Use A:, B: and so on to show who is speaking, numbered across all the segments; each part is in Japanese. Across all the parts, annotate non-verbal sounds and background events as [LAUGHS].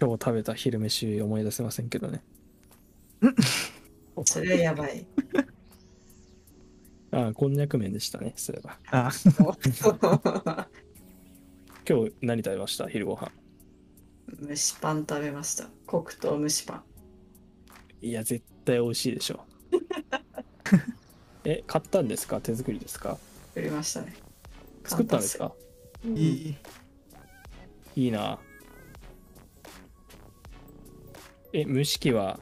A: 今日食べた昼飯思い出せませんけどね。
B: それはやばい。 [LAUGHS]
A: ああ、こんにゃく麺でしたね、そういえば。
C: あ
A: 今日何食べました昼ご飯
B: 蒸しパン食べました。黒糖蒸しパン。
A: いや、絶対美味しいでしょ。 [LAUGHS] え、買ったんですか手作りですか
B: 売りましたね。
A: 作ったんですか
B: 簡単っ
C: いい
A: いいな。え、蒸し器は、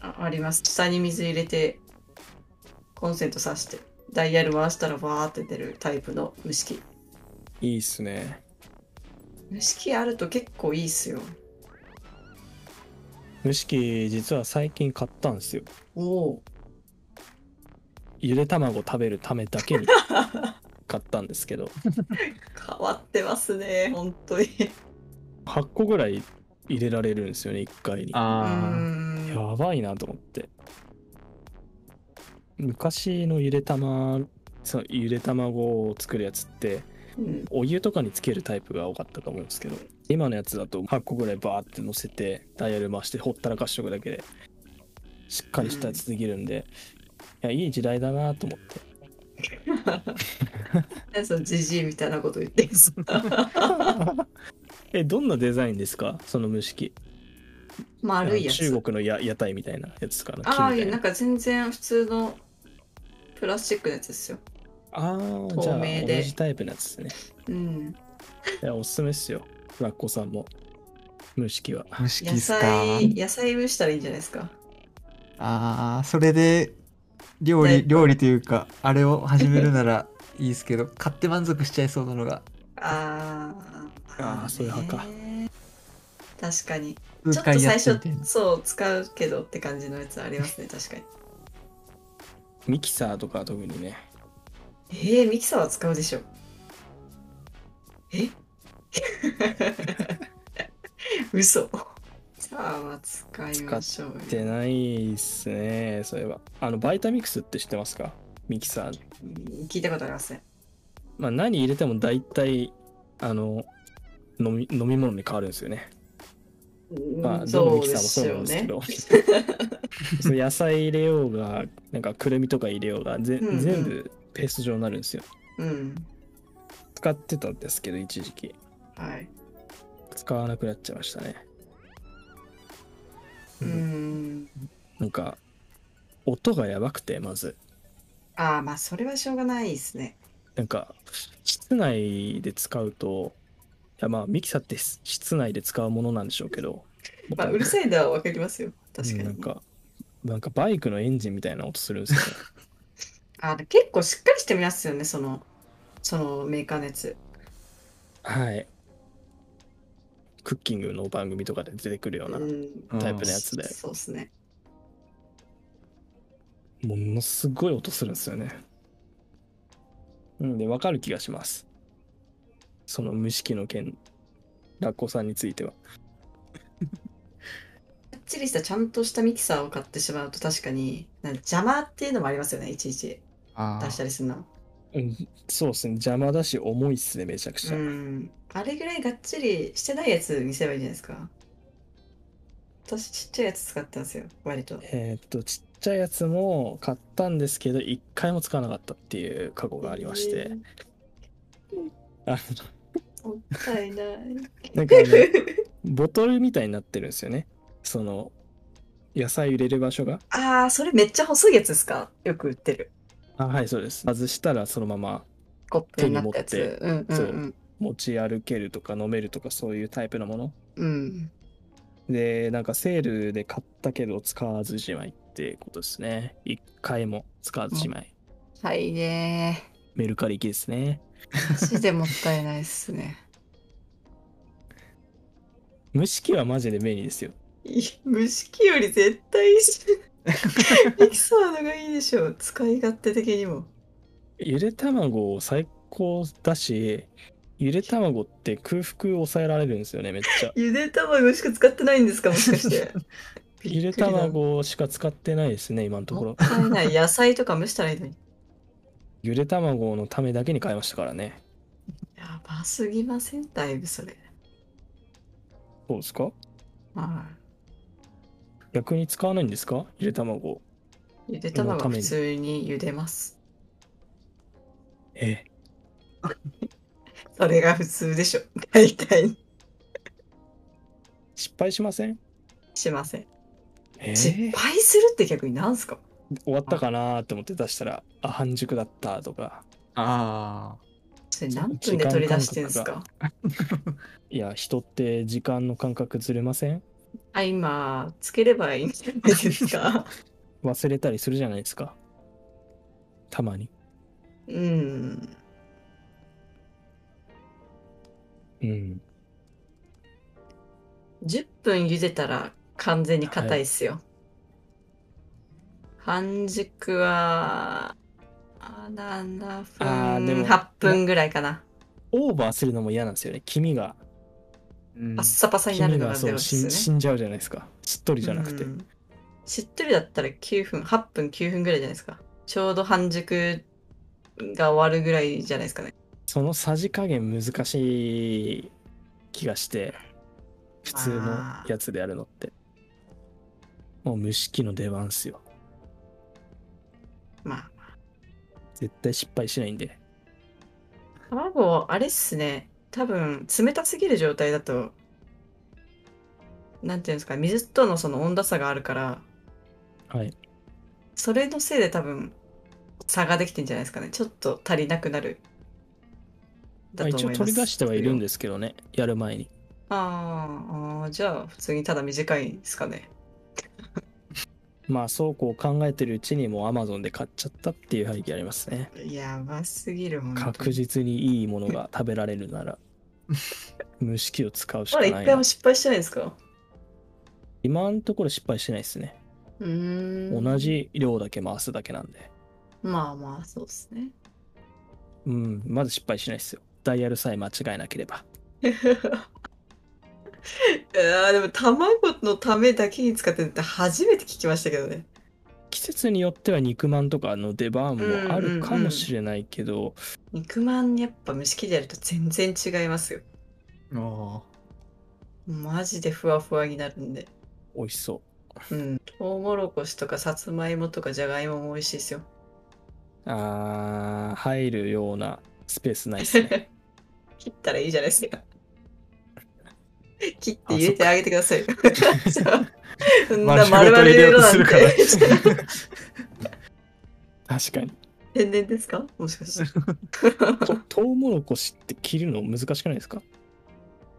B: ああります。下に水入れて、コンセント挿して、ダイヤル回したらバーって出るタイプの蒸し器。
A: いいっすね。
B: 蒸し器あると結構いいっすよ。
A: 蒸し器、実は最近買ったんですよ。
B: お [LAUGHS] お。
A: ゆで卵食べるためだけに買ったんですけ [LAUGHS] ど、
B: 変わってますね、本当に。
A: 8個ぐらい入れられるんですよね、1回に。
B: う
C: あ
B: ーん。
A: やばいなと思って。昔のゆで卵、そのゆで卵を作るやつって、
B: うん
A: お湯とかにつけるタイプが多かったと思うんですけど今のやつだと8個ぐらいバーって乗せてダイヤル回してほったらかしとくだけでしっかりしたやつできるんで、いやいい時代だなと思って [LAUGHS]
B: 何そのジジイみたいなこと言ってんすか
A: えどんなデザインですかその蒸し器
B: 丸いやつ。
A: 中国のや屋台みたいなやつかな
B: ああ、
A: 木みた
B: いや
A: い
B: なん
A: な
B: か全然普通のプラスチックのやつですよ。
A: あーじゃあ
B: 透明で
A: 同じタイプのやつです
B: うん。
A: ねいやおすすめっすよラッコさんも蒸し器は
C: あ、蒸し器
B: 野
C: っすか。
B: 菜、野菜蒸したらいいんじゃないですか。
C: ああ、それで料理、
B: ね
C: 料理というか、あれを始めるならいいですけど、買って満足しちゃいそうなのが
B: あ
A: あ
B: あ。
A: ーそういう派か
B: ね。確かに。ちょ
C: 数
B: っと
C: 回や
B: 最
C: って
B: 初
C: みたいな。
B: そう使うけどって感じのやつあります
A: [LAUGHS]
B: ね確かに
A: ミキサーとかは特にね
B: えー、ミキサーは使うでしょえ [LAUGHS] 嘘さあは使いましょうよ
A: ってないっすねそういえばあのバイタミックスって知ってますかミキサーの、
B: うん聞いたことありません
A: まあ、何入れても大体あの飲み飲み物に変わるんですよね、まあ、どのミキサーもそうなんですけど [LAUGHS] その野菜入れようがなんかくるみとか入れようがぜ、
B: うんうん
A: 全部ペースト状になるんですよ
B: うん
A: 使ってたんですけど一時期
B: はい
A: 使わなくなっちゃいましたね
B: う
C: うん
B: ん
A: なんか音がやばくてまず
B: ああまあそれはしょうがないですね
A: なんか室内で使うといやまあミキサーってし室内で使うものなんでしょうけど、
B: まあうるさいのはわかりますよ確かに、
A: なんかなんかバイクのエンジンみたいな音するんですよ
B: [LAUGHS]
A: ね
B: あで結構しっかりしてみますよねそのそのメーカーのやつ
A: はいクッキングの番組とかで出てくるような
B: うん
A: タイプのやつで、
B: そうですね
A: ものすごい音するんですよねうんでわかる気がしますその無識の件ラッコさんについては
B: かっちりしたちゃんとしたミキサーを買ってしまうと確かになんか邪魔っていうのもありますよねいちいち
C: あ
B: 出したりするの
A: うんそうですね邪魔だし重いっすねめちゃくち
B: う
A: ゃ、
B: んあれぐらいがっちりしてないやつにすればいいんじゃないですか私ちっちゃいやつ使ったんですよ割と
A: えーっとちっちゃいやつも買ったんですけど一回も使わなかったっていう過去がありまして、あ
B: もったいない
A: のなんかあのボトルみたいになってるんですよね。その、野菜入れる場所が。
B: [LAUGHS] ああそれめっちゃ細いやつですかよく売ってる
A: あ、はい、そうです。外したらそのまま
B: コップになったやつうんうん
A: そううん持ち歩けるとか飲めるとかそういうタイプのもの。
B: うん
A: で、なんかセールで買ったけど使わずじまいってことですね。一回も使わずじまい。
B: はいね
A: メルカリ行きですね。
B: ーマジでもったいないっすね
A: 蒸し器はマジで便利ですよ。
B: い [LAUGHS] 蒸し器より絶対いいしミキサーの方がいいでしょう使い勝手的にも
A: ゆで卵最高だし、ゆで卵って空腹抑えられるんですよね、めっ [LAUGHS] ちゃ。
B: ゆで卵しか使ってないんですかもしかして [LAUGHS]
A: ゆで
B: もっ
A: 卵しか使ってないですね、今のところ。
B: たいない野菜とか蒸したらいいのに
A: ゆで卵のためだけに買いましたからね。
B: やばすぎませんだいぶそれ
A: そうですか
B: は
A: 逆に使わないんですかゆで卵。
B: い。ゆで卵は普通に茹でます。
A: え
B: それが普通でしょ。大体
A: 失敗しません
B: しません。
A: え
B: 失敗するって逆になんすか
A: 終わったかなと思って出したら、あ、半熟だったとか。
C: あ
B: それ何分で取り出してんす
A: 時間
B: か
A: いや、人って時間の感覚ずれません
B: あ、今、つければいいんじゃないです
A: [LAUGHS]
B: か。
A: 忘れたりするじゃないですか。たまに。
B: うん。
A: うん。
B: 10分茹でたら完全に硬いっすよ。半熟は、あ7分、
A: あーでも
B: 8分ぐらいかな。
A: オーバーするのも嫌なんですよね。黄身が、
C: ー、うん
B: パッサパサにな
A: 黄
B: る
A: 身
B: のが
A: が
B: ゼ
A: そ
B: ロ
A: う
B: です
A: 死
B: よ
A: ん
B: ね。
A: 死んじゃうじゃないですか。しっとりじゃなくて
B: う。んしっとりだったら9分、8分、9分ぐらいじゃないですか。ちょうど半熟が終わるぐらいじゃないですかね。
A: そのさじ加減難しい気がして、普通のやつでやるのって。もう蒸し器の出番っすよ。
B: まあ、
A: 絶対失敗しないんで。
B: 卵、あれっすね。多分、冷たすぎる状態だと、なんていうんですか、水とのその温度差があるから、
A: はい。
B: それのせいで多分、差ができてんじゃないですかね。ちょっと足りなくなる。
A: まあ、一応取り出してはいるんですけどね。やる前に。
B: あーあー、じゃあ、普通にただ短いですかね。
A: まあ、そうこう考えてるうちにもう Amazon で買っちゃったっていう背景ありますね。
B: やばすぎる、本当に
A: 確実にいいものが食べられるな
B: [LAUGHS]
A: ら蒸し器を使うしか
B: まだ
A: ない
B: 一
A: な
B: 回も失敗してないですか
A: 今のところ失敗してないですね、
B: うーん
A: 同。じ量だけ回すだけなんで
B: まあまあ、そうですね。
A: うんまず失敗しないですよダイヤルさえ間違えなければ
B: いやーでも卵のためだけに使ってるって初めて聞きましたけどね。
A: 季節によっては肉まんとかの出番もあるかもしれないけど、
B: 肉まんやっぱ蒸し器でやると全然違いますよ。
C: あ
B: マジでふわふわになるんで。
A: 美味しそう
B: うん。トウモロコシとかさつまいもとかじゃがいもも美味しいですよ。
A: あー入るようなスペースないです
B: [LAUGHS]
A: ね
B: 切ったらいいじゃないです
C: [LAUGHS]
B: か。切って入れてあげてくださいよ。そんな丸々入れろなんて。 [LAUGHS]
C: [LAUGHS]
A: 確かに
B: 天然ですかもしかして。
C: [LAUGHS]
A: とトウモロコシって切るの難しくないですか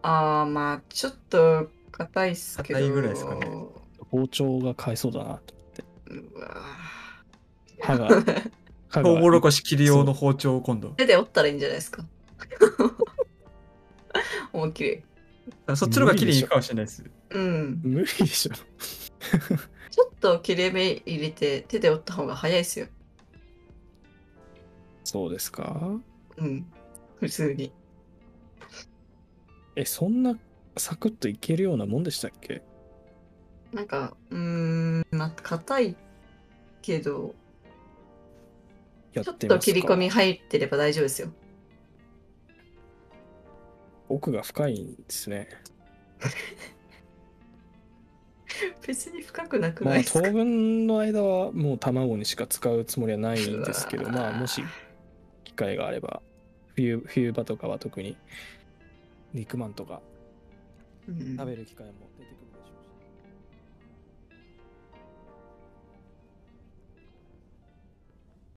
B: ああ、まあ、ちょっと硬いっすけど。
C: 硬いぐらいですかね
A: 包丁が買えそうだなと
B: うわ
A: 歯
B: [LAUGHS]
A: が
B: ー
A: 歯が
C: トウモロコシ切り用の包丁を今度
B: 手で折ったらいいんじゃないですか。 [LAUGHS] 思いっきり。
C: [LAUGHS] そっちの方が切りにいいかもしれないです
B: うん。
A: 無理でしょ
B: ちょっと切れ目入れて手で折った方が早いですよ。
A: そうですか
B: うん。普通に。
A: え、そんなサクッといけるようなもんでしたっけ
B: なんか、うーん、まあ、硬いけど、
A: や
B: ちょっ
A: ってみますか
B: と切り込み入ってれば大丈夫ですよ。
A: 奥が深いんですね。
B: 別に深くなく
A: ま
B: ない
A: あ
B: ですか
A: 当、分の間はもう卵にしか使うつもりはないんですけ
B: う
A: ど、
B: わー
A: まあもし機会があれば、冬冬場とかは特に肉まんとか
B: うん
A: 食べる機会も出てくるでしょうし。